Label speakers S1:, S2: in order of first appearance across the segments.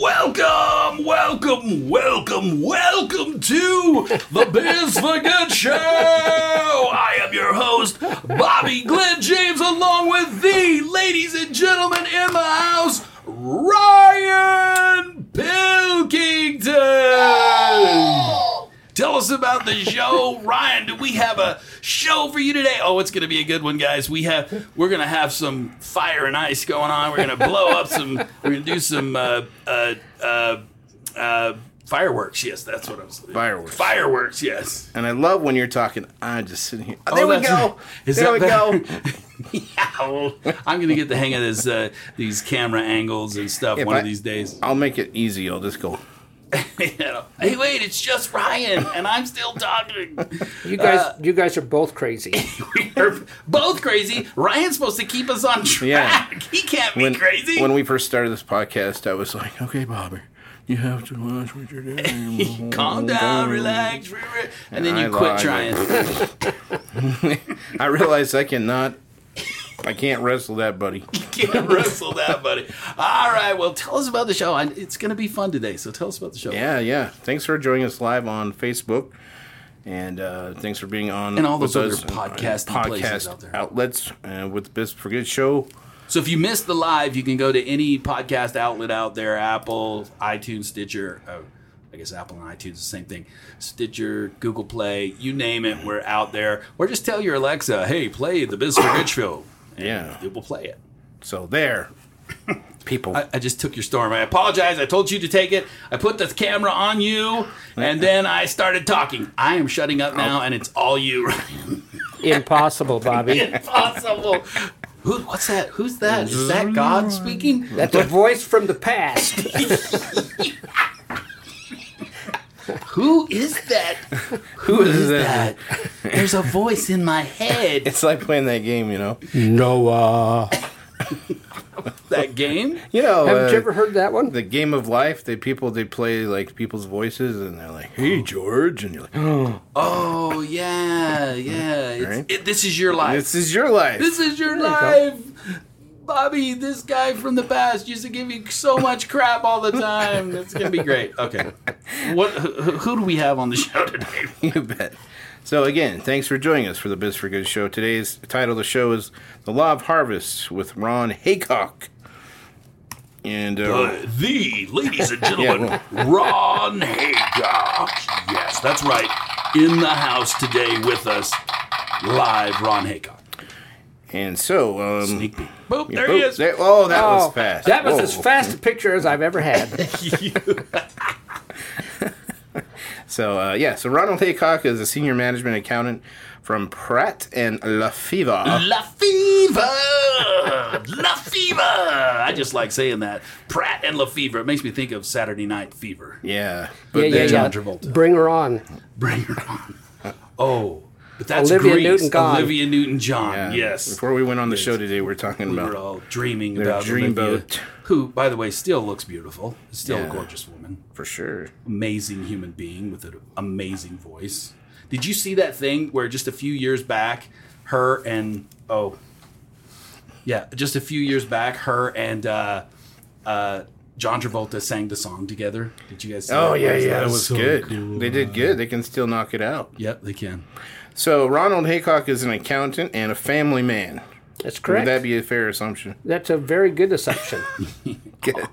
S1: Welcome, welcome, welcome, welcome to the Biz for Good Show. I am your host, Bobby Glenn James, along with the ladies and gentlemen in the house, Ryan Pilkington. Tell us about the show, Ryan. Do we have a show for you today? Oh, it's going to be a good one, guys. We have we're going to have some fire and ice going on. We're going to blow up some. We're going to do some uh, uh, uh, uh, fireworks. Yes, that's what I was.
S2: Fireworks.
S1: Fireworks. Yes.
S2: And I love when you're talking. I'm just sitting here. Oh, there we
S1: that's
S2: go.
S1: right. Is
S2: there we
S1: that
S2: go.
S1: Ow. I'm going to get the hang of this uh, these camera angles and stuff
S2: If
S1: one
S2: I-
S1: of these days.
S2: I'll make it easy. I'll just go.
S1: You know, hey, wait! It's just Ryan, and I'm still talking.
S3: You guys, you guys are both crazy.
S1: we are both crazy. Ryan's supposed to keep us on track.
S2: Yeah.
S1: He can't be
S2: When,
S1: crazy.
S2: When we first started this podcast, I was like, okay, Bobby, you have to watch what you're doing.
S1: Calm down, relax, re- re- and then
S2: I
S1: you quit
S2: lied.
S1: trying.
S2: I realized I cannot. I can't wrestle that, buddy.
S1: can't wrestle that, buddy. All right, well, tell us about the show. And It's going to be fun today, so tell us about the show.
S2: Yeah, yeah. Thanks for joining us live on Facebook, and uh, thanks for being on
S1: And all
S2: with
S1: those
S2: us
S1: other
S2: on
S1: podcasting places
S2: podcast
S1: out there.
S2: outlets uh, with the Best for Good show.
S1: So if you missed the live, you can go to any podcast outlet out there: Apple, iTunes, Stitcher. Oh, I guess Apple and iTunes is the same thing. Stitcher, Google Play, you name it, we're out there. Or just tell your Alexa, "Hey, play the Biz for Good show." and
S2: Yeah.
S1: it will play it.
S2: So there, people.
S1: I just took your storm. I apologize. I told you to take it. I put the camera on you, and then I started talking. I am shutting up now, and it's all you.
S3: Impossible, Bobby.
S1: Impossible. Who? What's that? Who's that? Is that God speaking?
S3: That's a voice from the past.
S1: Who is that? Who
S2: is
S1: is
S2: that?
S1: that? There's a voice in my head.
S2: it's like playing that game, you know.
S3: Noah.
S1: That game?
S2: You know,
S3: Haven't you
S2: uh,
S3: ever heard that one?
S2: the game of life the people they play like people's voices and they're like hey george and you're like
S1: Oh yeah, yeah. It's,
S2: Right.
S1: it, this is your life.
S2: this is your life
S1: This is your life. Bobby, this guy from the past used to give you so much crap all the time. That's going to be great. Okay. What who, who do we have on the show today?
S2: you bet so again thanks for joining us for the biz for good show today's title of the show is the law of harvest with ron haycock and uh,
S1: the ladies and
S2: gentlemen,
S1: Ron Haycock. Yes, that's right. In the house today with us live Ron Haycock.
S2: and so um
S1: Sneak peek. Boop,
S2: yeah,
S1: there
S2: boop,
S1: he is.
S2: there- oh that
S3: Oh,
S2: was fast
S3: That was
S2: Whoa.
S3: as fast a picture as I've ever had.
S2: so uh, yeah so ronald haycock is a senior management accountant from pratt and lafeva
S1: La Fever! La Fever! I just like saying that. Pratt and La Fever. It makes me think of Saturday Night Fever.
S2: yeah
S3: Yeah,
S2: but
S3: yeah,
S2: then-
S3: yeah.
S1: John Travolta.
S3: Bring her on.
S1: Bring her on. Oh, but that's
S3: Olivia
S1: Grease.
S3: Newton-John.
S1: Olivia Newton John.
S2: Yeah.
S1: Yes.
S2: uh, Before we went on the show today, we were talking
S1: we
S2: about
S1: were all dreaming
S2: Their
S1: about
S2: dream
S1: Olivia,
S2: boat.
S1: who, by the way, still looks beautiful. Is Still
S2: Yeah.
S1: a gorgeous woman.
S2: for sure.
S1: Amazing human being with an amazing voice. Did you see that thing where just a few years back, her and oh, yeah, just a few years back, her and uh, uh, John Travolta sang the song together. Did you guys? See
S2: Oh
S1: that?
S2: yeah,
S1: It was-
S2: yeah,
S1: it
S2: that was good.
S1: cool.
S2: They did good. They can still knock it out.
S1: Yep, they can.
S2: So Ronald Haycock is an accountant and a family man.
S3: That's
S2: Would
S3: correct.
S2: that be a fair assumption?
S3: That's a very good assumption.
S2: Good.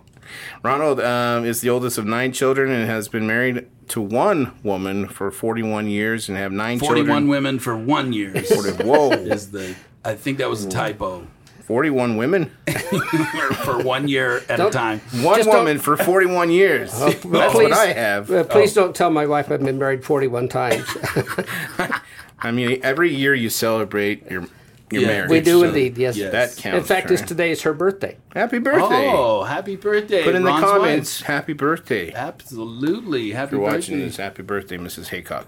S2: Ronald um, is the oldest of nine children and has been married to one woman for 41 years and have nine
S1: 41
S2: children.
S1: women for one year
S2: Whoa,
S1: is the i think that was a typo
S2: 41 women?
S1: for, for one year at a
S3: Don't-
S1: time
S2: One
S3: Just don't- Uh,
S2: woman for 41 years. That's what
S3: please-
S2: I have. Oh.
S3: Uh, please don't tell my wife I've been married 41 times.
S2: I mean, every year you celebrate your You're
S1: Yeah.
S2: married.
S3: We do
S2: so
S3: indeed, yes.
S1: Yes.
S2: That counts.
S3: In fact, it's
S2: right?
S3: today is her birthday.
S2: Happy birthday.
S1: Oh, happy birthday!
S2: Put in
S1: Ron's
S2: the
S1: wife.
S2: comments, happy birthday. If
S1: Absolutely, happy
S2: you're watching
S1: birthday!
S2: this, happy birthday, Mrs. Haycock.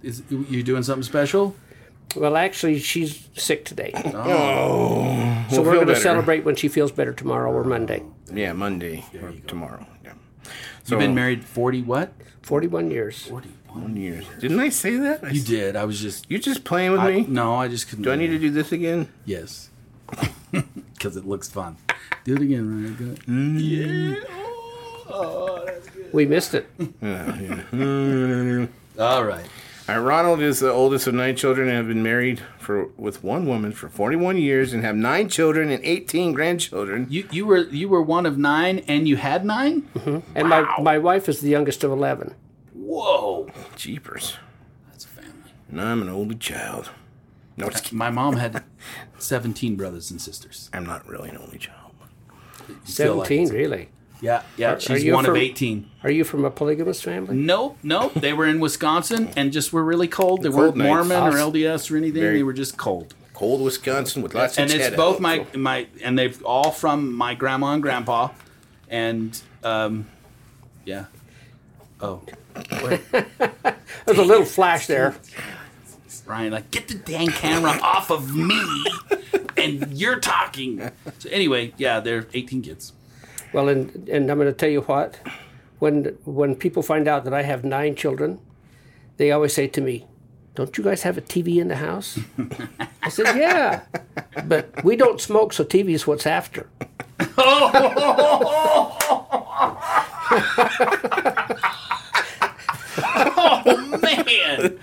S1: Is you doing something special?
S3: Well, actually, she's sick today.
S2: Oh.
S3: so we're
S2: feel
S3: going to
S2: better.
S3: celebrate when she feels better tomorrow or Monday.
S2: Yeah, Monday or tomorrow. Yeah. So,
S1: You've been married forty what?
S3: 41 years.
S1: Forty-one.
S2: one year. Didn't I say that? I
S1: You
S2: s-
S1: did. I was just.
S2: You just playing with
S1: I,
S2: me?
S1: no, I just couldn't.
S2: Do I need to do this again?
S1: Yes. Because it looks fun. Do it again, Ryan. Do it.
S2: Mm.
S1: Oh,
S3: We missed it.
S1: All right.
S2: All right, Uh, Ronald is the oldest of nine children and have been married for with one woman for 41 years and have nine children and 18 grandchildren.
S1: You you were you were one of nine, and you had 9
S3: And my, my wife is the youngest of 11.
S1: Whoa,
S2: Jeepers.
S1: that's a family.
S2: And I'm an only child. No, just kidding.
S1: My mom had seventeen brothers and sisters.
S2: I'm not really an only child.
S1: You feel like
S3: 17,
S1: it's-
S3: really.
S1: yeah, yeah. she's
S3: you
S1: one of
S3: from-
S1: eighteen.
S3: Are you from a polygamous family?
S1: Nope, nope. They were in Wisconsin and just were really cold. They
S2: Cold
S1: weren't
S2: nights.
S1: Mormon or
S2: Awesome.
S1: LDS or anything. They were just cold.
S2: Cold Wisconsin with lots
S1: and
S2: of
S1: it's
S2: cheddar.
S1: both my my and they've all from my grandma and grandpa, and um, yeah. Oh,
S3: There's a little flash there.
S1: Ryan, like get the dang camera off of me, and you're talking. So anyway, yeah, they're 18 kids.
S3: Well, and and I'm going to tell you what, when when people find out that I have nine children, they always say to me, "Don't you guys have a TV in the house?" I said, "Yeah, but we don't smoke, so TV is what's after."
S1: Man,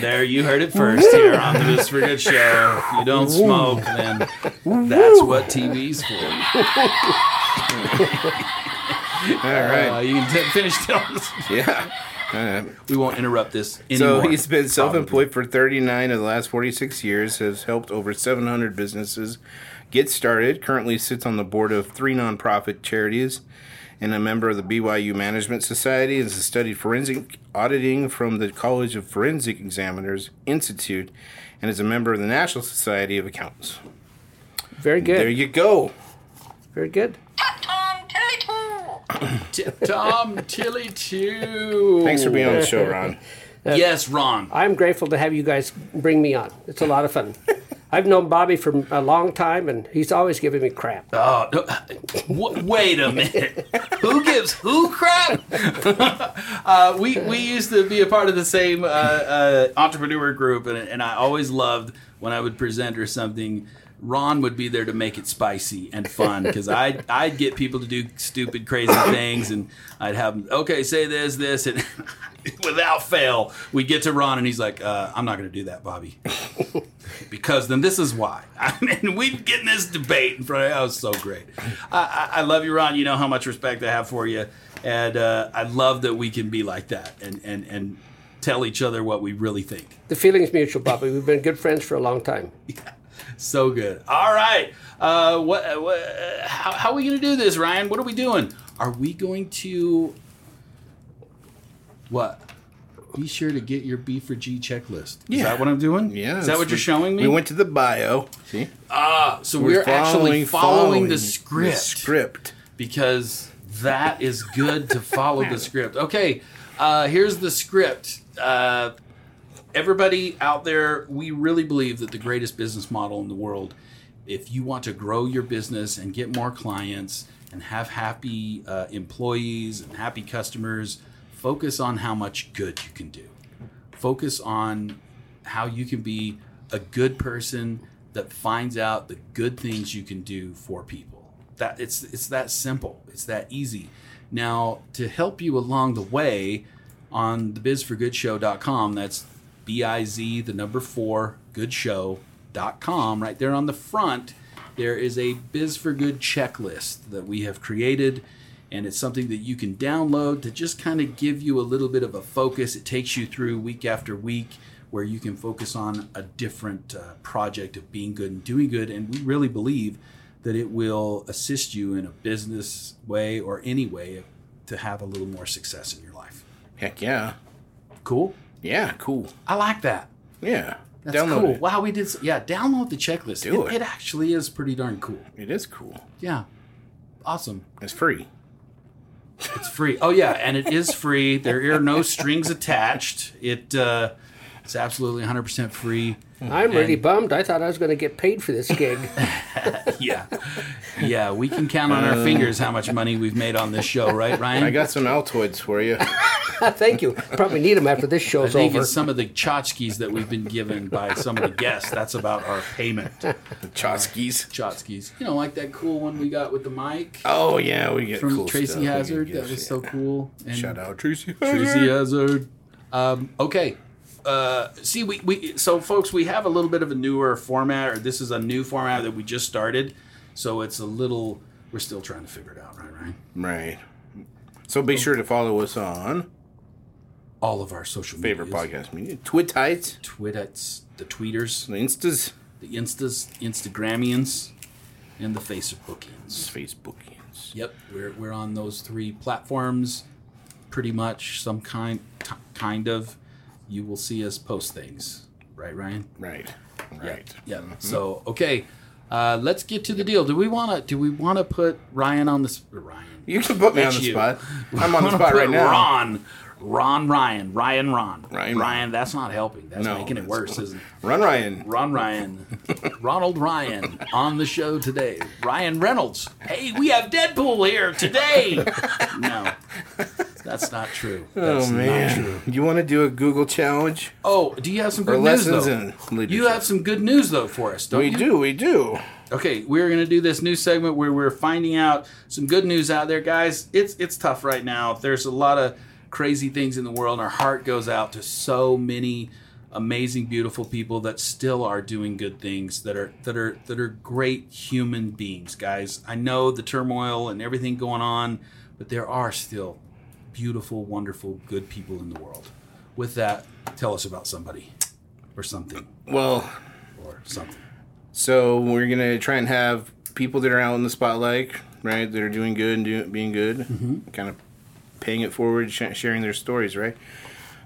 S1: there you heard it first here on the This for Good show. If you don't smoke, then that's what TV's for. Uh,
S2: All right.
S1: Uh, you can t- finish telling us.
S2: yeah. Uh,
S1: We won't interrupt this
S2: so
S1: anymore.
S2: he's been self-employed for 39 of the last 46 years. Has helped over 700 businesses get started. Currently sits on the board of three nonprofit charities, and a member of the BYU Management Society. Has studied forensic auditing from the College of Forensic Examiners Institute, and is a member of the National Society of Accountants.
S3: Very
S2: There
S3: good,
S2: you go.
S3: very good.
S4: Tom Tilly Too.
S1: T- Tom Tilly too.
S2: Thanks for being on the show, Ron.
S1: Yes, Ron.
S3: I'm grateful to have you guys bring me on. It's a lot of fun. I've known Bobby for a long time, and he's always giving me crap.
S1: Oh, no, w- wait a minute. who gives who crap? uh, we we used to be a part of the same uh, uh, entrepreneur group, and, and I always loved when I would present or something. Ron would be there to make it spicy and fun because I I'd get people to do stupid, crazy things, and I'd have them okay, say this, this, and without fail, we'd get to Ron, and he's like, uh, "I'm not going to do that, Bobby." because then this is why. and we'd get in this debate in front of that was so great. I, I, I love you, Ron. You know how much respect I have for you, and uh, I love that we can be like that and and and tell each other what we really think.
S3: The feeling's mutual, Bobby. We've been good friends for a long time.
S1: So good. All right. Uh, what, what how, how are we going to do this, Ryan? What are we doing? Are we going to what? Be sure to get your B for G checklist. Is
S2: Yeah.
S1: that what I'm doing?
S2: Yeah.
S1: Is that what you're showing me?
S2: We went to the bio. See,
S1: so we're, actually following the script.
S2: script.
S1: because that is good to follow the script. Okay, uh, here's the script. Uh, everybody out there, we really believe that the greatest business model in the world, if you want to grow your business and get more clients and have happy uh, employees and happy customers, focus on how much good you can do. Focus on how you can be a good person that finds out the good things you can do for people. That it's it's that simple. It's that easy. Now, to help you along the way on the bizforgoodshow.com, that's B I Z the number 4 goodshow.com right there on the front there is a biz for good checklist that we have created and it's something that you can download to just kind of give you a little bit of a focus. It takes you through week after week where you can focus on a different uh, project of being good and doing good. And we really believe that it will assist you in a business way or any way to have a little more success in your life.
S2: Heck yeah,
S1: Cool.
S2: yeah, cool.
S1: I like that.
S2: Yeah.
S1: That's
S2: Download
S1: cool.
S2: it.
S1: Wow, we did. s- Yeah, download the checklist.
S2: Do
S1: it,
S2: it.
S1: it actually is pretty darn cool.
S2: It is cool.
S1: Yeah, awesome.
S2: It's free.
S1: It's free. Oh yeah, and it is free. There are no strings attached. It uh, it's absolutely 100 percent free.
S3: I'm really bummed. I thought I was going to get paid for this gig.
S1: Yeah, yeah. We can count on our fingers how much money we've made on this show, right, Ryan?
S2: Uh, I got some Altoids for you.
S3: Thank you. Probably need them after this
S1: I
S3: show's
S1: think
S3: over.
S1: it's some of the tchotchkes that we've been given by some of the guests. That's about our payment.
S2: the Choskis.
S1: Tchotchkes. You know, like that cool one we got with the mic
S2: Oh yeah, we get
S1: from
S2: cool
S1: Tracy
S2: stuff. We get
S1: Hazard.
S2: gifts,
S1: That was
S2: yeah.
S1: so cool. And
S2: Shout out Tracy
S1: Tracy
S2: Hazard.
S1: Hazard. Um, okay. Uh, see, we, we so folks, we have a little bit of a newer format, or this is a new format that we just started. So it's a little. We're still trying to figure it out, right, Ryan?
S2: Right. So be sure to follow us on
S1: All of our social
S2: favorite
S1: medias.
S2: podcast media, Twitites,
S1: Twittets, the tweeters,
S2: the Instas,
S1: the instas, Instagramians, and the Facebookians.
S2: Facebookians.
S1: Yep, we're, we're on those three platforms, pretty much some kind t- kind of. You will see us post things, right, Ryan?
S2: Right. Right.
S1: Yeah. So okay, uh, let's get to the deal. Do we want to? Do we want to put Ryan on the s- Ryan?
S2: You can put me on
S1: That's
S2: the
S1: you.
S2: spot. I'm on the
S1: Wanna
S2: spot
S1: put
S2: right now.
S1: Ron, Ron Ryan, Ryan Ron,
S2: Ryan.
S1: Ryan. That's not helping. That's
S2: No,
S1: making it
S2: that's
S1: worse,
S2: not.
S1: isn't it?
S2: Run Ryan.
S1: Ron Ryan, Ronald Ryan on the show today. Ryan Reynolds. Hey, we have Deadpool here today. No, that's not true. That's Not
S2: Oh
S1: true.
S2: man, you want to do a Google challenge?
S1: Oh, do you have some
S2: Or
S1: good news
S2: lessons
S1: though?
S2: in leadership.
S1: You have some good news though for us, don't
S2: We
S1: you?
S2: do, we do.
S1: Okay, we're gonna do this new segment where we're finding out some good news out there, guys. It's it's tough right now. There's a lot of crazy things in the world, and our heart goes out to so many amazing, beautiful people that still are doing good things that are that are that are great human beings, guys. I know the turmoil and everything going on, but there are still beautiful, wonderful, good people in the world. With that, tell us about somebody or something
S2: Well,
S1: or something.
S2: so we're gonna try and have people that are out in the spotlight, right? That are doing good and doing being good, kind of paying it forward, sh- sharing their stories, right?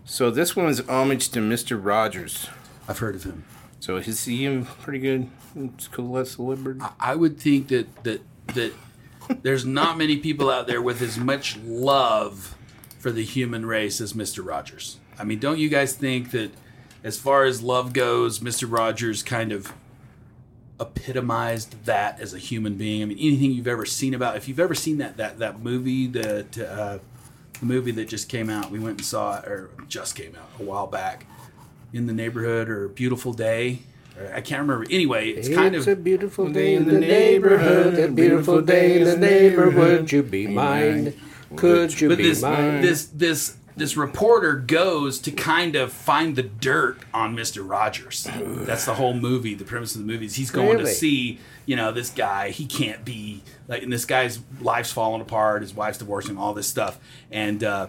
S2: So this one is homage to Mister Rogers.
S1: I've heard of him.
S2: So is he pretty good? It's cool, celebrity.
S1: I would think that that that there's not many people out there with as much love for the human race as Mr. Rogers. I mean, don't you guys think that as far as love goes, Mr. Rogers kind of epitomized that as a human being. I mean, anything you've ever seen about if you've ever seen that that that movie that uh, the movie that just came out, we went and saw it, or just came out a while back in the neighborhood or Beautiful Day. or I can't remember. Anyway, it's, kind of
S3: It's a beautiful day in the neighborhood. A beautiful day in the neighborhood. Would you be mine? Could you
S1: But
S3: be
S1: this
S3: mine?
S1: this this this reporter goes to kind of find the dirt on Mr. Rogers. That's the whole movie. The premise of the movie is he's going to
S3: Really?
S1: see, you know, this guy. He can't be like, and this guy's life's falling apart. His wife's divorcing. All this stuff, and uh,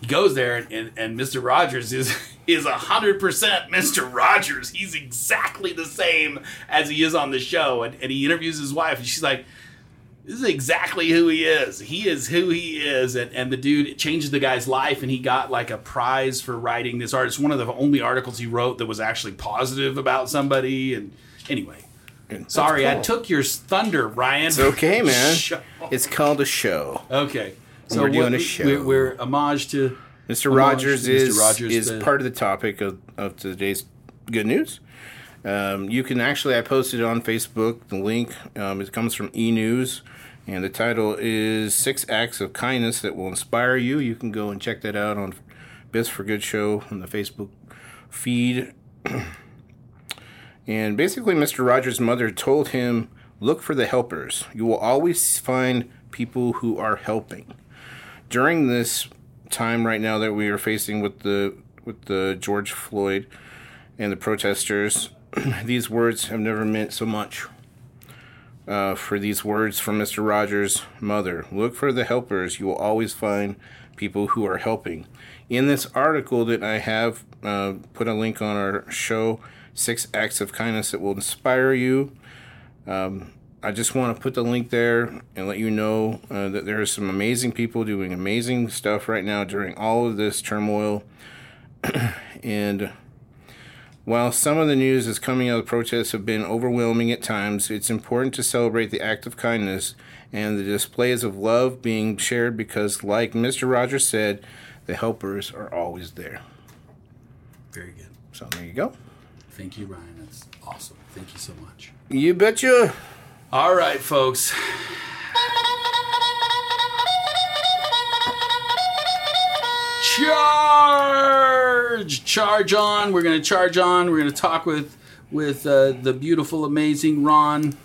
S1: he goes there, and, and, and Mr. Rogers is is hundred percent Mr. Rogers. He's exactly the same as he is on the show, and, and he interviews his wife, and she's like this is exactly who he is. He is who he is, and, and the dude it changed the guy's life, and he got like a prize for writing this art. It's one of the only articles he wrote that was actually positive about somebody. And anyway, sorry, I took your thunder, Ryan. It's
S2: okay, man. It's called a show.
S1: okay, so
S2: We're doing
S1: what-
S2: a show.
S1: We're, we're homage to
S2: Mr.
S1: homage
S2: Rogers
S1: to
S2: is
S1: Rogers,
S2: is
S1: the-
S2: part of the topic of, of today's good news. Um, you can actually I posted on Facebook the link. Um, it comes from E News, and the title is Six Acts of Kindness That Will Inspire You. You can go and check that out on Best for Good Show on the Facebook feed. and basically, Mr. Rogers' mother told him, "Look for the helpers. You will always find people who are helping." during this time right now that we are facing with the with the George Floyd and the protesters, these words have never meant so much. Uh, for these words from Mr. Rogers' mother, look for the helpers. You will always find people who are helping. In this article that I have uh, put a link on our show, Six Acts of Kindness That Will Inspire You. I just want to put the link there and let you know uh, that there are some amazing people doing amazing stuff right now during all of this turmoil. and While some of the news is coming out of the protests have been overwhelming at times, it's important to celebrate the act of kindness and the displays of love being shared because, like Mr. Rogers said, the helpers are always there.
S1: Very good.
S2: So there you go.
S1: Thank you, Ryan. That's awesome. Thank you so much.
S2: You betcha.
S1: All right, folks. Charge, charge on. We're gonna charge on. We're gonna talk with with uh, the beautiful, amazing Ron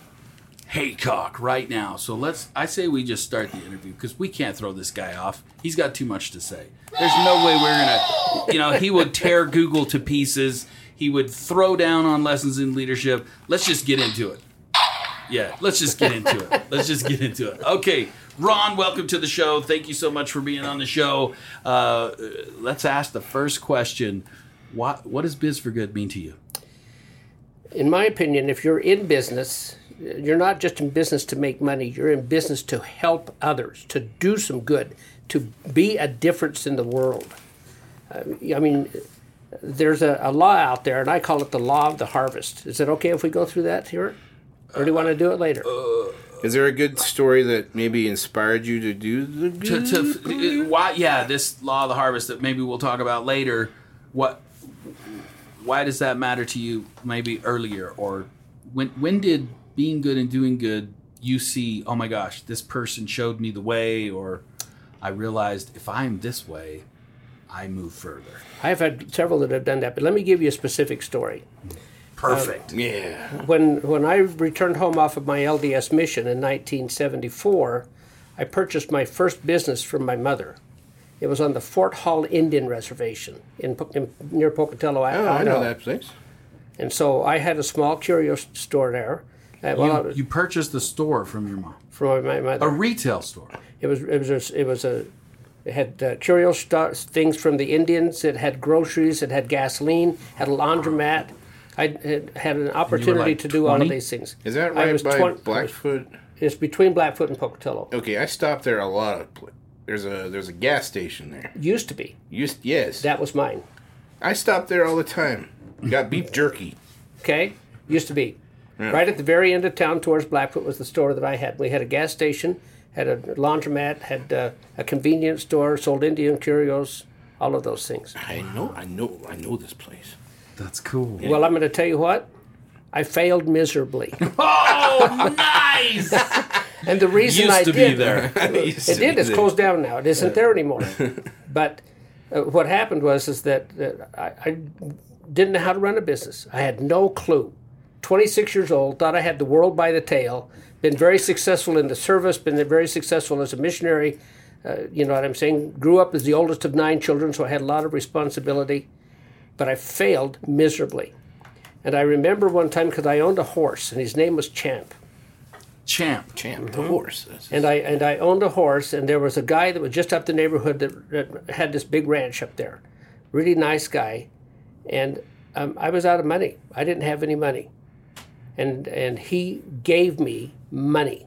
S1: Haycock right now. So let's. I say we just start the interview because we can't throw this guy off. He's got too much to say. There's no way we're gonna. You know, he would tear Google to pieces. He would throw down on lessons in leadership. Let's just get into it. Yeah, let's just get into it. Let's just get into it. Okay, Ron, welcome to the show. Thank you so much for being on the show. Uh, let's ask the first question. What what does biz for good mean to you?
S3: in my opinion, if you're in business, you're not just in business to make money, you're in business to help others, to do some good, to be a difference in the world. Um, I mean, there's a, a law out there, and I call it the law of the harvest. Is it okay if we go through that here? Or do you want to do it later?
S2: Is there a good story that maybe inspired you to do the good?
S1: To, to why? Yeah, this law of the harvest that maybe we'll talk about later. What? Why does that matter to you? Maybe earlier or when? When did being good and doing good? You see, oh my gosh, this person showed me the way, or I realized if I'm this way, I move further.
S3: I've had several that have done that, but let me give you a specific story.
S1: Perfect.
S2: yeah.
S3: when when I returned home off of my LDS mission in 1974, I purchased my first business from my mother. It was on the Fort Hall Indian Reservation in, Po- in near Pocatello, I
S2: Oh, I know that place.
S3: And so I had a small curio s- store there. Uh, well,
S1: You, you purchased the store from your mom,
S3: from my
S1: a
S3: mother,
S1: retail store.
S3: it was it was a, it was a it had uh, curio sto- things from the Indians. It had groceries. It had gasoline. Had a laundromat. I had- had an opportunity
S1: like
S3: to do all of
S1: 20?
S3: these things.
S2: Is that
S3: I
S2: right
S3: was
S2: by
S3: twen- I was-
S2: Blackfoot?
S3: It's between Blackfoot and Pocatello.
S2: Okay, I stopped there a lot. Of pl- there's a there's a gas station there.
S3: Used to be.
S2: Used yes,
S3: That was mine.
S2: I stopped there all the time. Got beef jerky.
S3: Okay? Used to be. Right at the very end of town towards Blackfoot was the store that I had. We had a gas station, had a laundromat, had uh, a convenience store, sold Indian curios, all of those things.
S2: I know, I know, I know this place.
S1: That's cool.
S3: Well, I'm going to tell you what. I failed miserably.
S1: Oh, nice!
S3: And the reason
S1: Used
S3: I
S1: to
S3: did
S1: be there.
S3: It did. It's closed down now. It isn't there anymore. but uh, what happened was is that uh, I, I didn't know how to run a business. I had no clue. 26 years old, thought I had the world by the tail. Been very successful in the service. Been very successful as a missionary. Uh, you know what I'm saying? Grew up as the oldest of nine children, so I had a lot of responsibility. But I failed miserably. And I remember one time because I owned a horse, and his name was Champ.
S1: Champ.
S2: Champ,
S3: Mm-hmm.
S2: the horse. That's-
S3: and I and I owned a horse, and there was a guy that was just up the neighborhood that, that had this big ranch up there, really nice guy, and um, I was out of money. I didn't have any money, and and he gave me money,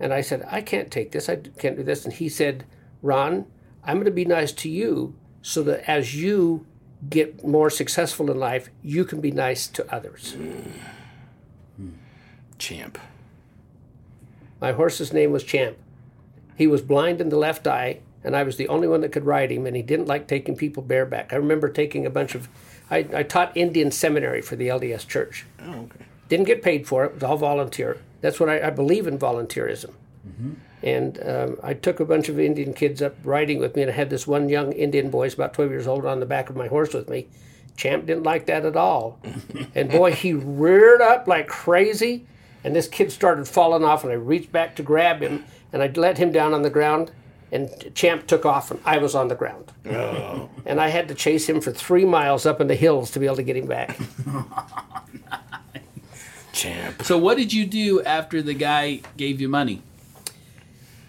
S3: and I said I can't take this. I can't do this. And he said, Ron, I'm going to be nice to you so that as you get more successful in life, you can be nice to others.
S2: Champ.
S3: My horse's name was Champ. He was blind in the left eye, and I was the only one that could ride him, and he didn't like taking people bareback. I remember taking a bunch of, I, I taught Indian seminary for the LDS church.
S2: Oh, okay.
S3: Didn't get paid for it, it was all volunteer. That's what I, I believe in volunteerism. And um, I took a bunch of Indian kids up riding with me, and I had this one young Indian boy, he's about 12 years old, on the back of my horse with me. Champ didn't like that at all. and boy, he reared up like crazy, and this kid started falling off, and I reached back to grab him, and I let him down on the ground, and Champ took off, and I was on the ground. and I had to chase him for three miles up in the hills to be able to get him back.
S2: Champ.
S1: So, what did you do after the guy gave you money?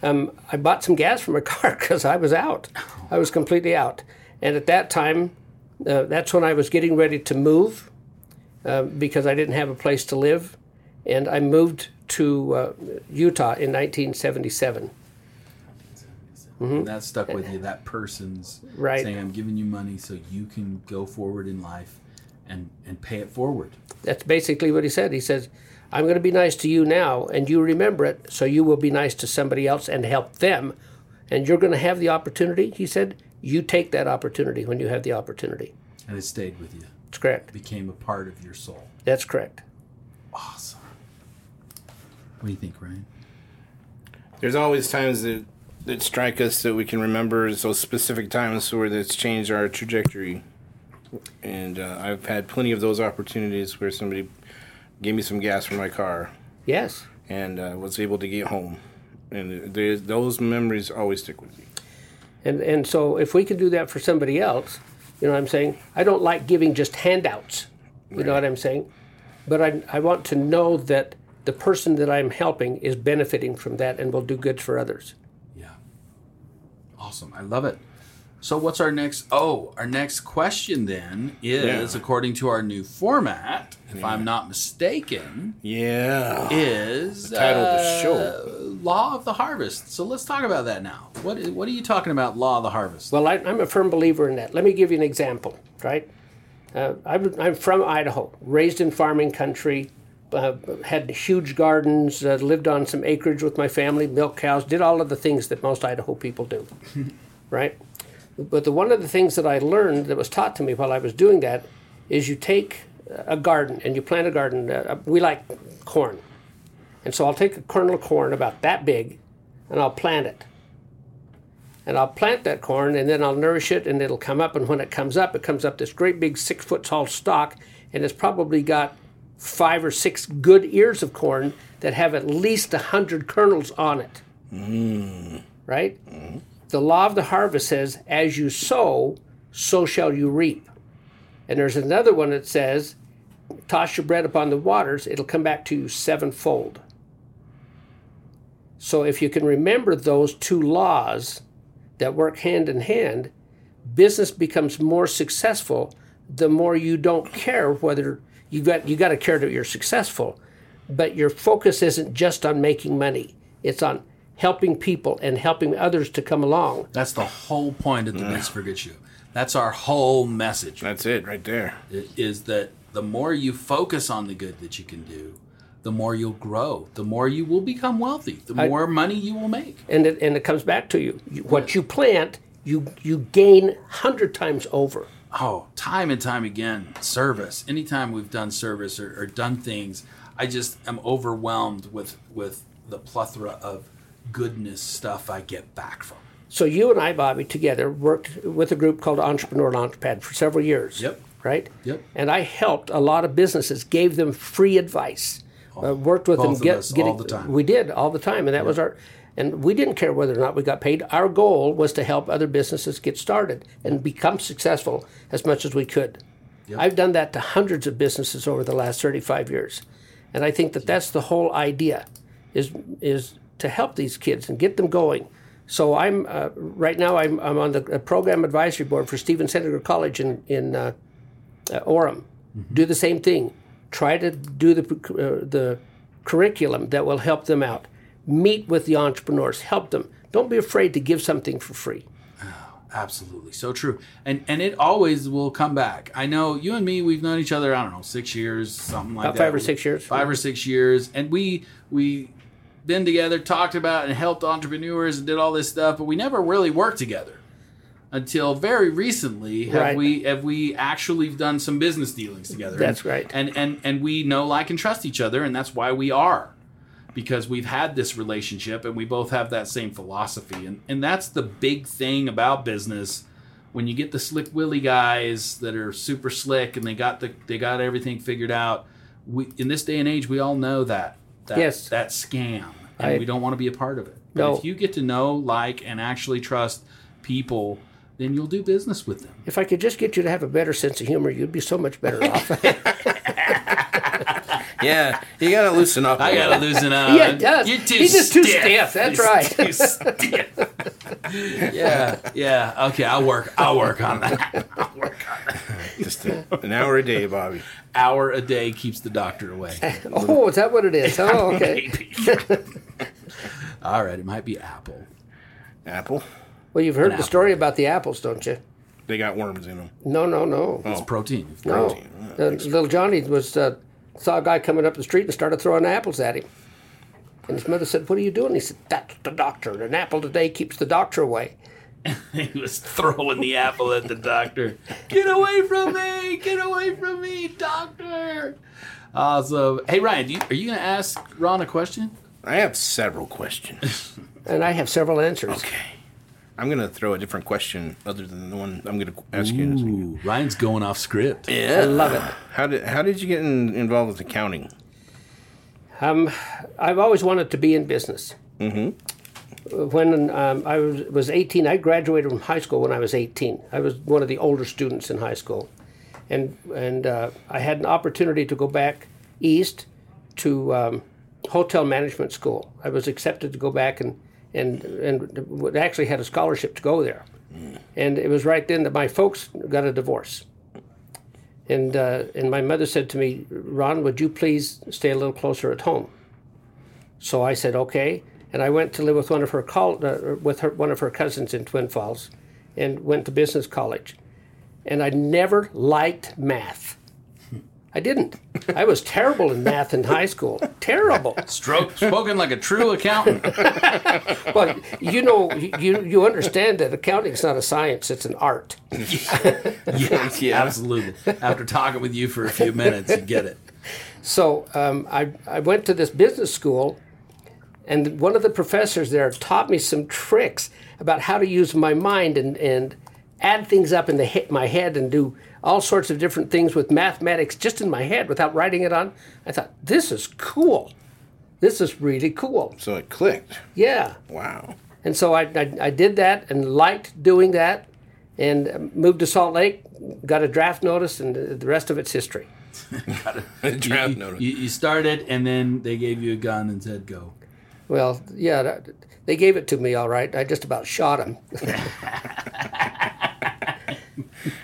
S3: I bought some gas from a car because I was out. I was completely out. And at that time, uh, that's when I was getting ready to move uh, because I didn't have a place to live. And I moved to uh, Utah in 1977.
S1: That stuck with you. That person's
S3: Right.
S1: saying, "I'm giving you money so you can go forward in life and and pay it forward.
S3: That's basically what he said. He says, I'm going to be nice to you now, and you remember it, so you will be nice to somebody else and help them. And you're going to have the opportunity. He said, You take that opportunity when you have the opportunity.
S1: And it stayed with you,
S3: That's correct.
S1: became a part of your soul.
S3: That's correct.
S1: Awesome. What do you think, Ryan?
S2: There's always times that, that strike us that we can remember those specific times where that's changed our trajectory. And uh, I've had plenty of those opportunities where somebody gave me some gas for my car
S3: Yes.
S2: and uh, was able to get home. And there's- those memories always stick with you.
S3: And, and so if we can do that for somebody else, you know what I'm saying? I don't like giving just handouts. You know what I'm saying? But I, I want to know that the person that I'm helping is benefiting from that and will do good for others.
S1: Yeah. Awesome. I love it. So what's our next oh, our next question then is
S2: Yeah.
S1: according to our new format, if I'm not mistaken,
S2: Yeah.
S1: is
S2: Title of
S1: uh,
S2: the show.
S1: Law of the Harvest. So let's talk about that now. What is, what are you talking about Law of the Harvest?
S3: Well, I, I'm a firm believer in that. Let me give you an example, right? Uh, I'm, I'm from Idaho, raised in farming country, uh, had huge gardens, uh, lived on some acreage with my family, milk cows, did all of the things that most Idaho people do, right? But the one of the things that I learned that was taught to me while I was doing that is you take a garden and you plant a garden. Uh, we like corn. And so I'll take a kernel of corn about that big and I'll plant it and I'll plant that corn and then I'll nourish it and it'll come up. And when it comes up, it comes up this great big six foot tall stalk and it's probably got five or six good ears of corn that have at least a hundred kernels on it. Right? The law of the harvest says, as you sow, so shall you reap. And there's another one that says, toss your bread upon the waters, it'll come back to you sevenfold. So if you can remember those two laws, that work hand in hand, business becomes more successful the more you don't care whether you got you got to care that you're successful, but your focus isn't just on making money. It's on helping people and helping others to come along.
S1: That's the whole point of the Biz for Good Show. That's our whole message.
S2: That's it right there.
S1: is that the more you focus on the good that you can do, the more you'll grow, the more you will become wealthy, the more money you will make.
S3: And it, and it comes back to you. You- What you plant, you you gain 100 times over.
S1: Oh, time and time again, service. Anytime we've done service or, or done things, I just am overwhelmed with with the plethora of goodness stuff I get back from. it.
S3: So you and I, Bobby, together worked with a group called Entrepreneur Launchpad for several years.
S1: Yep.
S3: Right.
S1: Yep.
S3: And I helped a lot of businesses, gave them free advice, uh, worked with
S1: both
S3: them.
S1: of us, all the time.
S3: We did all the time, and that was our. And we didn't care whether or not we got paid. Our goal was to help other businesses get started and become successful as much as we could. I've done that to hundreds of businesses over the last 35 years. And I think that that's the whole idea is is to help these kids and get them going. So I'm uh, right now I'm, I'm on the uh, program advisory board for Stephen Seneger College in in uh, uh, Orem. Do the same thing. Try to do the uh, the curriculum that will help them out. Meet with the entrepreneurs. Help them. Don't be afraid to give something for free.
S1: Absolutely. So true. And and it always will come back. I know you and me, we've known each other, I don't know, six years, something like
S3: About
S1: that.
S3: five or six years.
S1: Five or six years. And we we been together, talked about and helped entrepreneurs and did all this stuff, but we never really worked together. Until very recently have
S3: Right.
S1: we have we actually done some business dealings together.
S3: That's
S1: And-
S3: right.
S1: And and and we know, like and trust each other, and that's why we are because we've had this relationship and we both have that same philosophy. And and that's the big thing about business. When you get the slick willy guys that are super slick and they got the they got everything figured out, we in this day and age we all know that, that
S3: Yes.
S1: that scam. And
S3: I-
S1: we don't want to be a part of it. But
S3: No.
S1: if you get to know, like, and actually trust people, then you'll do business with them.
S3: If I could just get you to have a better sense of humor, you'd be so much better off.
S2: Yeah. You got to loosen up. a
S1: I
S2: little.
S1: gotta loosen up.
S3: Yeah, it does.
S1: You're too
S3: He's just too
S1: stiff.
S3: stiff, that's
S1: You're
S3: right.
S1: too stiff. yeah, yeah. Okay, I'll work. I'll work on that. I'll work on that.
S2: Just a- an hour a day, Bobby.
S1: Hour a day keeps the doctor away.
S3: oh, is that what it is? Oh, okay.
S1: All right, it might be Apple.
S2: Apple.
S3: Well, you've heard the
S1: apple.
S3: story about the apples, don't you?
S2: They got worms in them.
S3: No, no, no.
S1: It's Oh, protein.
S3: no. Uh, little Johnny was uh, saw a guy coming up the street and started throwing apples at him. And his mother said, "What are you doing?" He said, "That's the doctor. An apple today keeps the doctor away."
S5: he was throwing the apple at the doctor.
S1: Get away from me! Get away from me, doctor! Awesome. Hey Ryan, do you, are you going to ask Ron a question?
S2: I have several questions.
S3: And I have several answers.
S2: okay. I'm going to throw a different question other than the one I'm going to ask you. in a second.
S1: Ooh, Ryan's going off script.
S3: I love it.
S2: How did how did you get in, involved with accounting?
S3: Um, I've always wanted to be in business. Mm-hmm. When um, I was, was 18, I graduated from high school when I was 18. I was one of the older students in high school. And, and uh, I had an opportunity to go back east to um, hotel management school. I was accepted to go back and, and, and actually had a scholarship to go there. And it was right then that my folks got a divorce. And, uh, and my mother said to me, Ron, would you please stay a little closer at home? So I said, okay. And I went to live with one of her, col- uh, with her, one of her cousins in Twin Falls and went to business college. And I never liked math. I didn't. I was terrible in math in high school. Terrible.
S1: Stroke, spoken like a true accountant.
S3: But you know, you, you understand that accounting's not a science, it's an art.
S1: Yes, absolutely. After talking with you for a few minutes, you get it.
S3: So um, I, I went to this business school, and one of the professors there taught me some tricks about how to use my mind and, and add things up in the he- my head and do all sorts of different things with mathematics just in my head without writing it on. I thought, this is cool. This is really cool.
S2: So it clicked.
S3: Yeah.
S2: Wow.
S3: And so I, I, I did that and liked doing that and um, moved to Salt Lake, got a draft notice, and the the rest of it's history.
S2: Draft
S1: you,
S2: notice.
S1: you, you started, and then they gave you a gun and said, "Go."
S3: Well, yeah, that- they gave it to me all right. I just about shot him.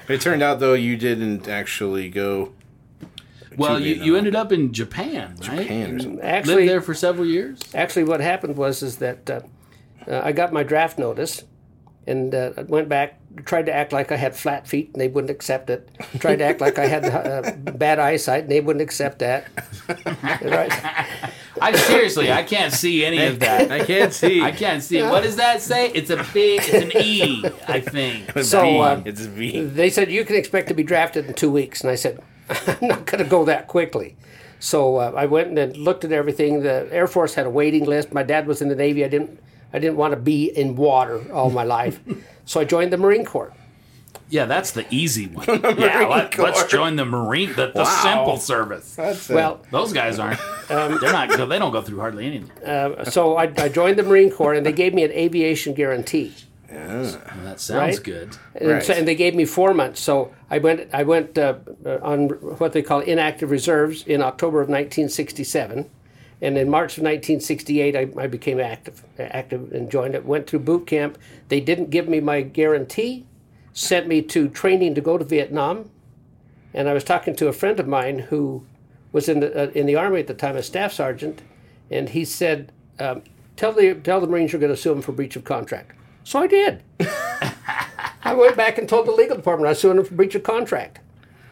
S2: It turned out though you didn't actually go.
S1: Well,
S2: to
S1: you,
S2: Vietnam.
S1: you ended up in Japan, right?
S2: Japan or something.
S3: Actually,
S1: Lived there for several years.
S3: actually, what happened was is that uh, uh, I got my draft notice and uh, I went back, tried to act like I had flat feet, and they wouldn't accept it. Tried to act like I had uh, bad eyesight, and they wouldn't accept that. right?
S1: I seriously, I can't see any of that.
S2: I can't see.
S1: I can't see. What does that say? It's a big. It's an E, I think.
S2: It's
S3: So,
S2: V.
S3: um,
S2: it's V.
S3: They said you can expect to be drafted in two weeks, and I said I'm not going to go that quickly. So uh, I went and then looked at everything. The Air Force had a waiting list. My dad was in the Navy. I didn't. I didn't want to be in water all my life, so I joined the Marine Corps.
S1: Yeah, that's the easy one. yeah, let, us join the Marine, the, the simple service.
S2: That's a-
S3: Well,
S1: Those guys aren't.
S3: Um,
S1: they're not. They don't go through hardly anything.
S3: so I, I joined the Marine Corps, and they gave me an aviation guarantee,
S1: Well, that sounds
S3: right.
S1: good.
S3: and, so-
S2: Right.
S3: and they gave me four months. So I went, I went uh, uh, on what they call inactive reserves in October of 1967, and in March of 1968, I, I became active, active and joined it. Went through boot camp. They didn't give me my guarantee, sent me to training to go to Vietnam, and I was talking to a friend of mine who was in the uh, in the army at the time, a staff sergeant, and he said, um, "Tell the tell the Marines you're going to sue them for breach of contract." So I did. I went back and told the legal department I was suing them for breach of contract,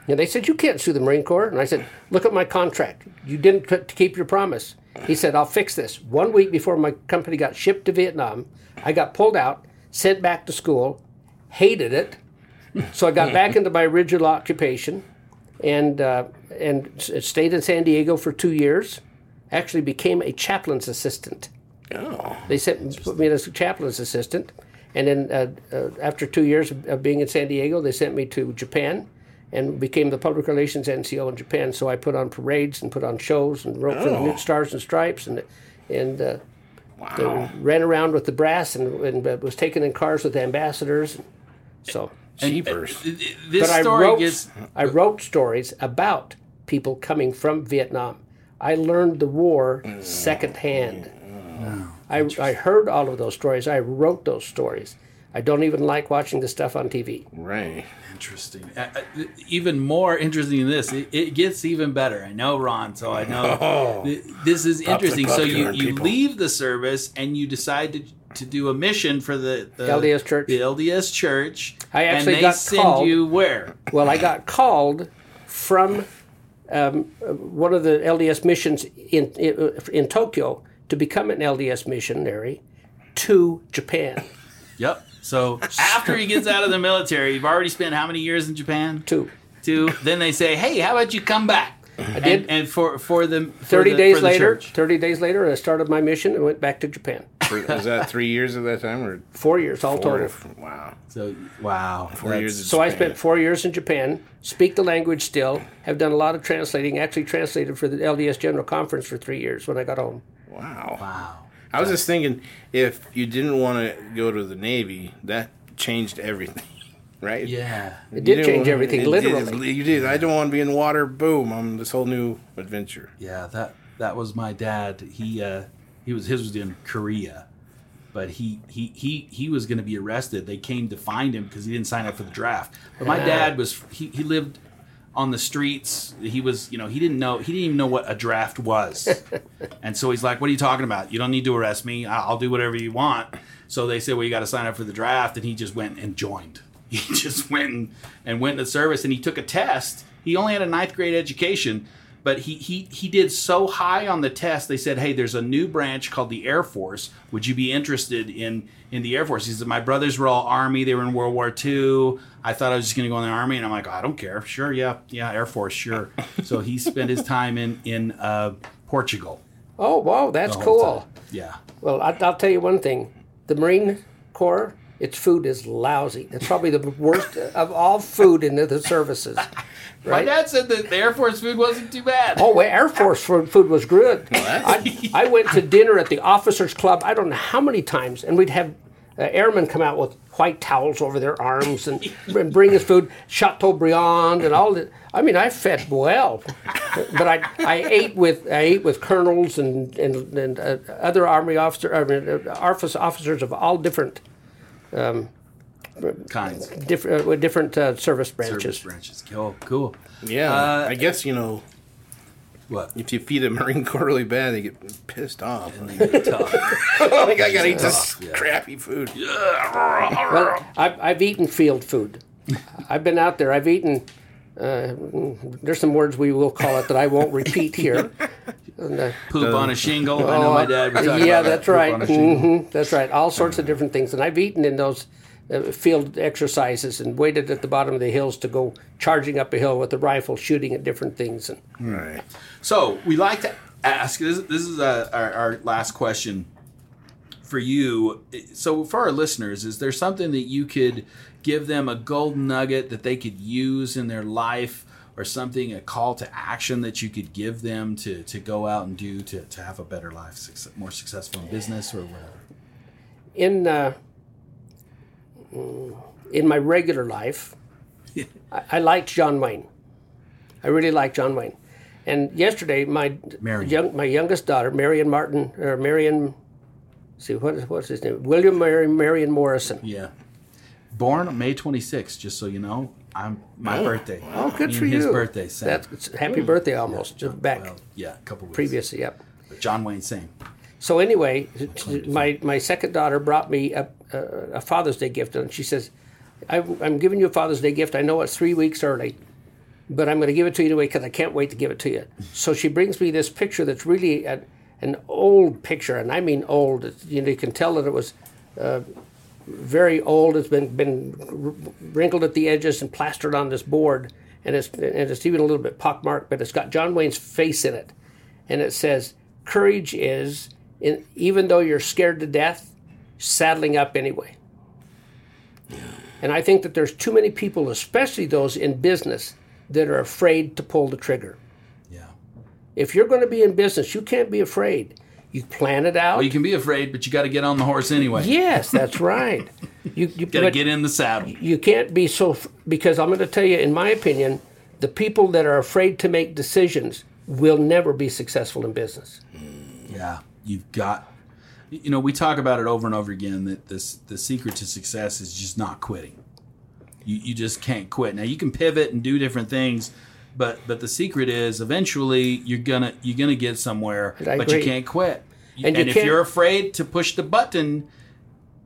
S3: and they said, "You can't sue the Marine Corps." And I said, "Look at my contract. You didn't t- keep your promise." He said, "I'll fix this." One week before my company got shipped to Vietnam, I got pulled out, sent back to school, hated it. So I got back into my original occupation and uh, and s- stayed in San Diego for two years. Actually, became a chaplain's assistant. Oh, they sent put me in as a chaplain's assistant, and then uh, uh, after two years of- of being in San Diego, they sent me to Japan, and became the public relations NCO in Japan. So I put on parades and put on shows and wrote for the New Stars and Stripes and and. Uh, Ran around with the brass and, and uh, was taken in cars with ambassadors. So
S2: Jeepers.
S1: This
S3: but I
S1: story
S3: wrote,
S1: gets.
S3: I wrote stories about people coming from Vietnam. I learned the war secondhand. I, I heard all of those stories. I wrote those stories. I don't even like watching the stuff on TV.
S2: Right.
S1: Interesting. Uh, uh, even more interesting than this, it, it gets even better. I know Ron, so
S2: Oh.
S1: I know th- this is interesting. So you,
S2: popcorn
S1: you
S2: people.
S1: leave the service and you decide to to do a mission for the, the
S3: LDS church.
S1: The LDS church.
S3: I actually
S1: and they
S3: got
S1: send
S3: called.
S1: you where?
S3: Well, I got called from um, uh, one of the LDS missions in, in uh, in Tokyo to become an LDS missionary to Japan.
S1: Yep. So after he gets out of the military, you've already spent how many years in Japan?
S3: Two.
S1: Two. Then they say, "Hey, how about you come back?" I
S3: did.
S1: And, and for for the for
S3: Thirty
S1: the- for
S3: days
S1: the
S3: later,
S1: church.
S3: thirty days later, I started my mission and went back to Japan.
S2: For- was that three years at that time or
S3: Four years all
S2: four?
S3: total.
S2: Wow,
S1: So wow,
S2: four years. in
S3: So I
S2: Japan.
S3: spent four years in Japan, speak the language still, have done a lot of translating, actually translated for the LDS General Conference for three years when I got home.
S2: Wow.
S1: wow.
S2: I was just thinking, if you didn't want to go to the Navy, that changed everything, right?
S1: Yeah.
S3: It did change everything, literally.
S2: Did, you did. I don't want to be in water. Boom! I'm this whole new adventure.
S1: Yeah, that that was my dad. He uh, he was his was in Korea, but he he he he was going to be arrested. They came to find him because he didn't sign up for the draft. But my dad was he, he lived on the streets. He was you know he didn't know he didn't even know what a draft was, and so he's like, "What are you talking about? You don't need to arrest me. I- I'll do whatever you want." So they said, "Well, you got to sign up for the draft," and he just went and joined. He just went and, and went into service, and he took a test. He only had a ninth grade education, but he, he he did so high on the test they said hey there's a new branch called the air force would you be interested in in the air force he said my brothers were all army they were in world war ii i thought i was just going to go in the army and i'm like i don't care sure yeah yeah air force sure so he spent his time in in uh, portugal
S3: Oh, wow, that's
S1: the whole
S3: cool.
S1: time. yeah
S3: Well, I, I'll tell you one thing: the Marine Corps, its food is lousy. It's probably the worst of all food in the services.
S1: my dad said that the air force food wasn't too bad
S3: Oh, well, Air Force food, food was good. I, I went to dinner at the officers' club. I don't know how many times, and we'd have uh, airmen come out with white towels over their arms and, and bring us food, Chateaubriand and all that. I mean, I fed well, but I, I ate with I ate with colonels and and, and uh, other army officer I mean, uh, office officers of all different
S1: kinds
S3: different uh, with different uh, service branches.
S1: service branches cool cool
S2: Yeah, I guess you know
S1: what
S2: if you feed a Marine Corps really bad, they get pissed off.
S1: They get tough.
S2: like I gotta eat this
S1: Yeah.
S2: crappy food.
S3: Well, I've, I've eaten field food. I've been out there. I've eaten. Uh, there's some words we will call it that I won't repeat here. And, uh,
S1: poop on a shingle Oh, i know my dad was talking
S3: yeah,
S1: about that.
S3: that's
S1: Poop
S3: right.
S1: on a shingle.
S3: hmm that's right. All sorts of different things, and I've eaten in those uh, field exercises and waited at the bottom of the hills to go charging up a hill with a rifle, shooting at different things. And
S2: Right.
S1: So we like to ask this. This is uh our, our last question for you. So for our listeners, is there something that you could give them a gold nugget that they could use in their life, or something a call to action that you could give them to to go out and do to to have a better life, success, more successful in business or whatever?
S3: in uh, mm, in my regular life, I, I liked John Wayne. I really liked John Wayne. And yesterday, my
S1: Marion.
S3: young my youngest daughter, Marion Martin or Marion, see what is what's his name, William Mary, Marion Morrison.
S1: Yeah. Born on May 26th, just so you know, I'm my birthday.
S3: Oh, good
S1: Me
S3: for
S1: and his
S3: you.
S1: birthday. Same.
S3: That's it's happy birthday almost just back
S1: well, yeah, a couple weeks.
S3: previously. Yep.
S1: But John Wayne, same.
S3: So anyway, my my second daughter brought me a, a, a Father's Day gift, and she says, I, "I'm giving you a Father's Day gift. I know it's three weeks early, but I'm going to give it to you anyway because I can't wait to give it to you." So she brings me this picture that's really a, an old picture, and I mean old. It's- You know, you can tell that it was uh, very old. It's been been wrinkled at the edges and plastered on this board, and it's and it's even a little bit pockmarked. But it's got John Wayne's face in it, and it says, "Courage is, in, even though you're scared to death, saddling up anyway." And I think that there's too many people, especially those in business, that are afraid to pull the trigger.
S1: Yeah.
S3: If you're going to be in business, you can't be afraid. You plan it
S1: Well,
S3: out.
S1: Oh, you can be afraid, but you got to get on the horse anyway.
S3: yes, that's right. You, you
S1: Got to
S3: but-
S1: get in the saddle.
S3: you can't be so because I'm going to tell you, in my opinion, the people that are afraid to make decisions will never be successful in business.
S1: Yeah, you've got. You know, we talk about it over and over again that this the secret to success is just not quitting. You you just can't quit. Now you can pivot and do different things, but but the secret is eventually you're gonna you're gonna get somewhere,
S3: I
S1: but you
S3: agree.
S1: can't quit.
S3: And you
S1: if
S3: can't-
S1: you're afraid to push the button,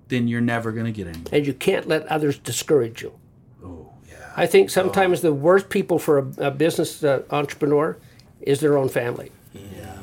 S1: then you're never going to get anywhere.
S3: and you can't let others discourage you. Oh, yeah. I think sometimes the worst people for a, a business uh, entrepreneur is their own family. Yeah.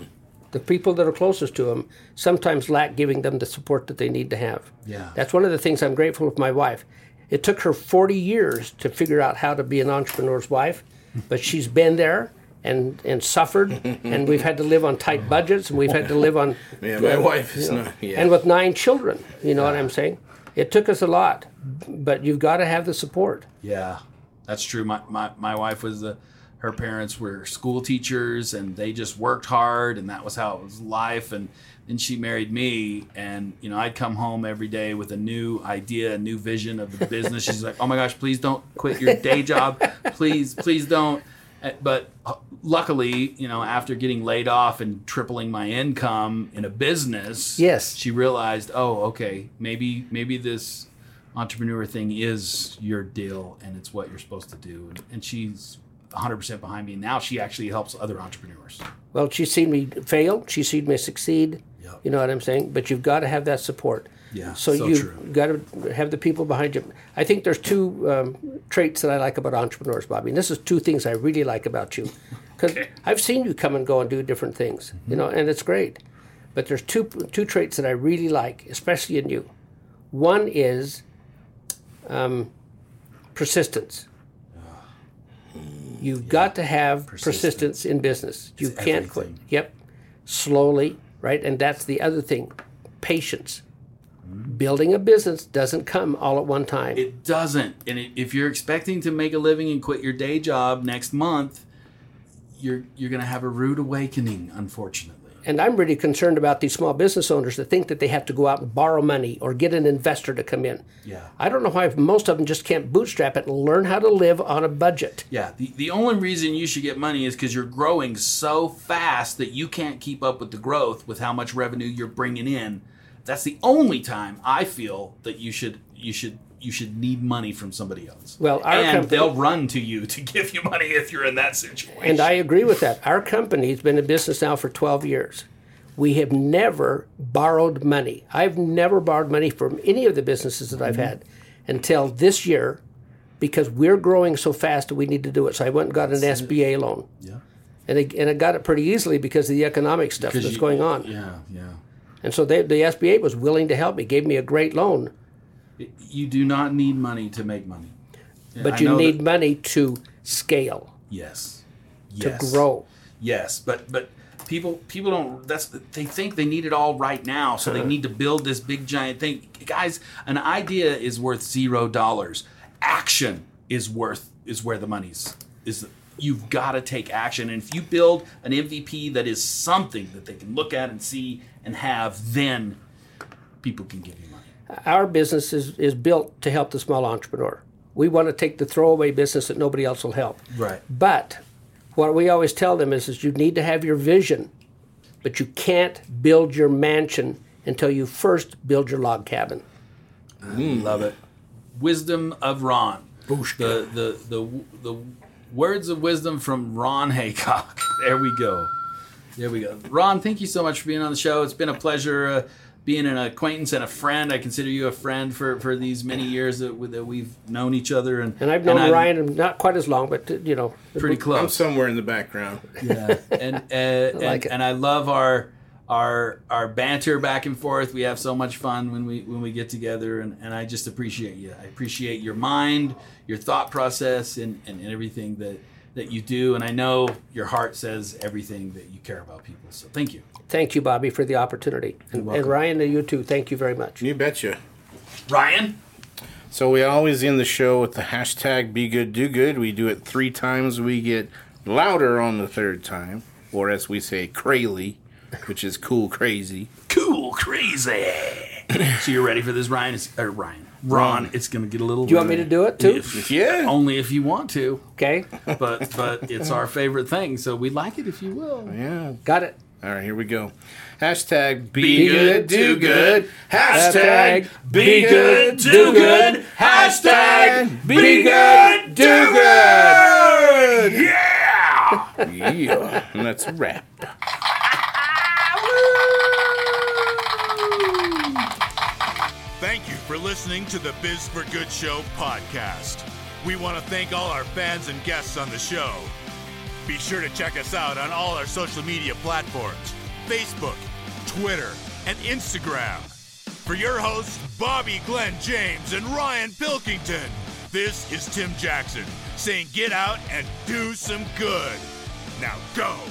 S3: The people that are closest to them sometimes lack giving them the support that they need to have.
S1: Yeah.
S3: That's one of the things I'm grateful with my wife. It took her 40 years to figure out how to be an entrepreneur's wife, but she's been there. And, and suffered, and we've had to live on tight budgets, and we've had to live on
S2: Yeah, my wife is not. Yeah.
S3: and with nine children. You know what I'm saying? It took us a lot, but you've got to have the support.
S1: Yeah, that's true. My my, my wife was the her parents were school teachers and they just worked hard and that was how it was life and then she married me and you know I'd come home every day with a new idea, a new vision of the business. She's like, "Oh my gosh, please don't quit your day job. Please, please don't." Uh, But uh, luckily, you know, after getting laid off and tripling my income in a business,
S3: Yes.
S1: she realized, "Oh, okay, maybe maybe this entrepreneur thing is your deal and it's what you're supposed to do. And, and she's 100% behind me. Now she actually helps other entrepreneurs.
S3: Well, she's seen me fail. She's seen me succeed. You know what I'm saying? But you've got to have that support.
S1: Yeah,
S3: So,
S1: so true.
S3: you've got to have the people behind you. I think there's two um, traits that I like about entrepreneurs, Bobby. And this is two things I really like about you, because I've seen you come and go and do different things.
S1: Mm-hmm.
S3: You know, and it's great. But there's two two traits that I really like, especially in you. One is um, persistence. You've got to have persistence, in business. You can't quit.
S1: everything.
S3: Yep. Slowly, right? And that's the other thing patience. Building a business doesn't come all at one time.
S1: It doesn't. And it, if you're expecting to make a living and quit your day job next month, you're, you're going to have a rude awakening, unfortunately.
S3: and I'm really concerned about these small business owners that think that they have to go out and borrow money or get an investor to come in.
S1: Yeah.
S3: I don't know why most of them just can't bootstrap it and learn how to live on a budget.
S1: Yeah, the, the only reason you should get money is because you're growing so fast that you can't keep up with the growth with how much revenue you're bringing in. That's the only time I feel that you should you should you should need money from somebody else.
S3: Well, our
S1: and
S3: company-
S1: they'll run to you to give you money if you're in that situation.
S3: And I agree with that. Our company's been in business now for 12 years. We have never borrowed money. I've never borrowed money from any of the businesses that
S1: Mm-hmm.
S3: I've had until this year because we're growing so fast that we need to do it. So I went and got an SBA loan.
S1: yeah,
S3: And I, and I got it pretty easily because of the economic stuff that's
S1: you-
S3: going on.
S1: yeah, yeah.
S3: And so they, the SBA was willing to help me, gave me a great loan.
S1: You do not need money to make money,
S3: But
S1: I
S3: you
S1: know
S3: need
S1: that-
S3: money to scale,
S1: yes,
S3: to
S1: yes.
S3: grow.
S1: Yes, but but people people don't. That's they think they need it all right now, so they need to build this big giant thing. Guys, an idea is worth zero dollars. Action is worth is where the money's is. You've got to take action, and if you build an MVP that is something that they can look at and see and have, then people can give you money.
S3: Our business is, is built to help the small entrepreneur. We want to take the throwaway business that nobody else will help.
S1: Right.
S3: But what we always tell them is, is you need to have your vision, but you can't build your mansion until you first build your log cabin.
S1: Love it. Wisdom of Ron. The, the the the words of wisdom from Ron Haycock. There we go. There we go. Ron, thank you so much for being on the show. It's been a pleasure uh, being an acquaintance and a friend. I consider you a friend for, for these many years that, we- that we've known each other. And,
S3: And I've known
S1: I'm
S3: Ryan not quite as long, but you know,
S1: pretty
S2: I'm
S1: close.
S2: somewhere in the background.
S1: Yeah. and uh,
S3: like
S1: and,
S3: it.
S1: and I love our our our banter back and forth. We have so much fun when we when we get together, and, and I just appreciate you. I appreciate your mind, your thought process, and, and, and everything that that you do. And I know your heart says everything that you care about people. So thank you.
S3: thank you, Bobby, for the opportunity. And, and
S1: welcome.
S3: Ryan and you too, thank you very much.
S2: You betcha.
S1: Ryan,
S2: So we always end the show with the hashtag be good, do good. We do it three times. We get louder on the third time, or as we say, crazy, which is cool crazy.
S1: cool, crazy. so you're ready for this, Ryan? It's, or Ryan, Ron. It's gonna get a little.
S3: Do you want me to do it too?
S2: Yeah.
S1: Only if you want to,
S3: Okay,
S1: but but it's our favorite thing, so we'd like it if you will.
S2: Yeah.
S3: got it.
S2: All right, here we go. Hashtag be,
S1: Be
S2: good,
S1: good,
S2: do
S1: do
S2: good. Hashtag
S3: Hashtag
S2: be good, do good. Hashtag be good, do good. Yeah. Yeah. And that's a wrap.
S6: Thank you for listening to the Biz for Good Show podcast. We want to thank all our fans and guests on the show. Be sure to check us out on all our social media platforms Facebook, Twitter, and Instagram. For your hosts, Bobby Glenn James and Ryan Pilkington, this is Tim Jackson saying get out and do some good. Now go.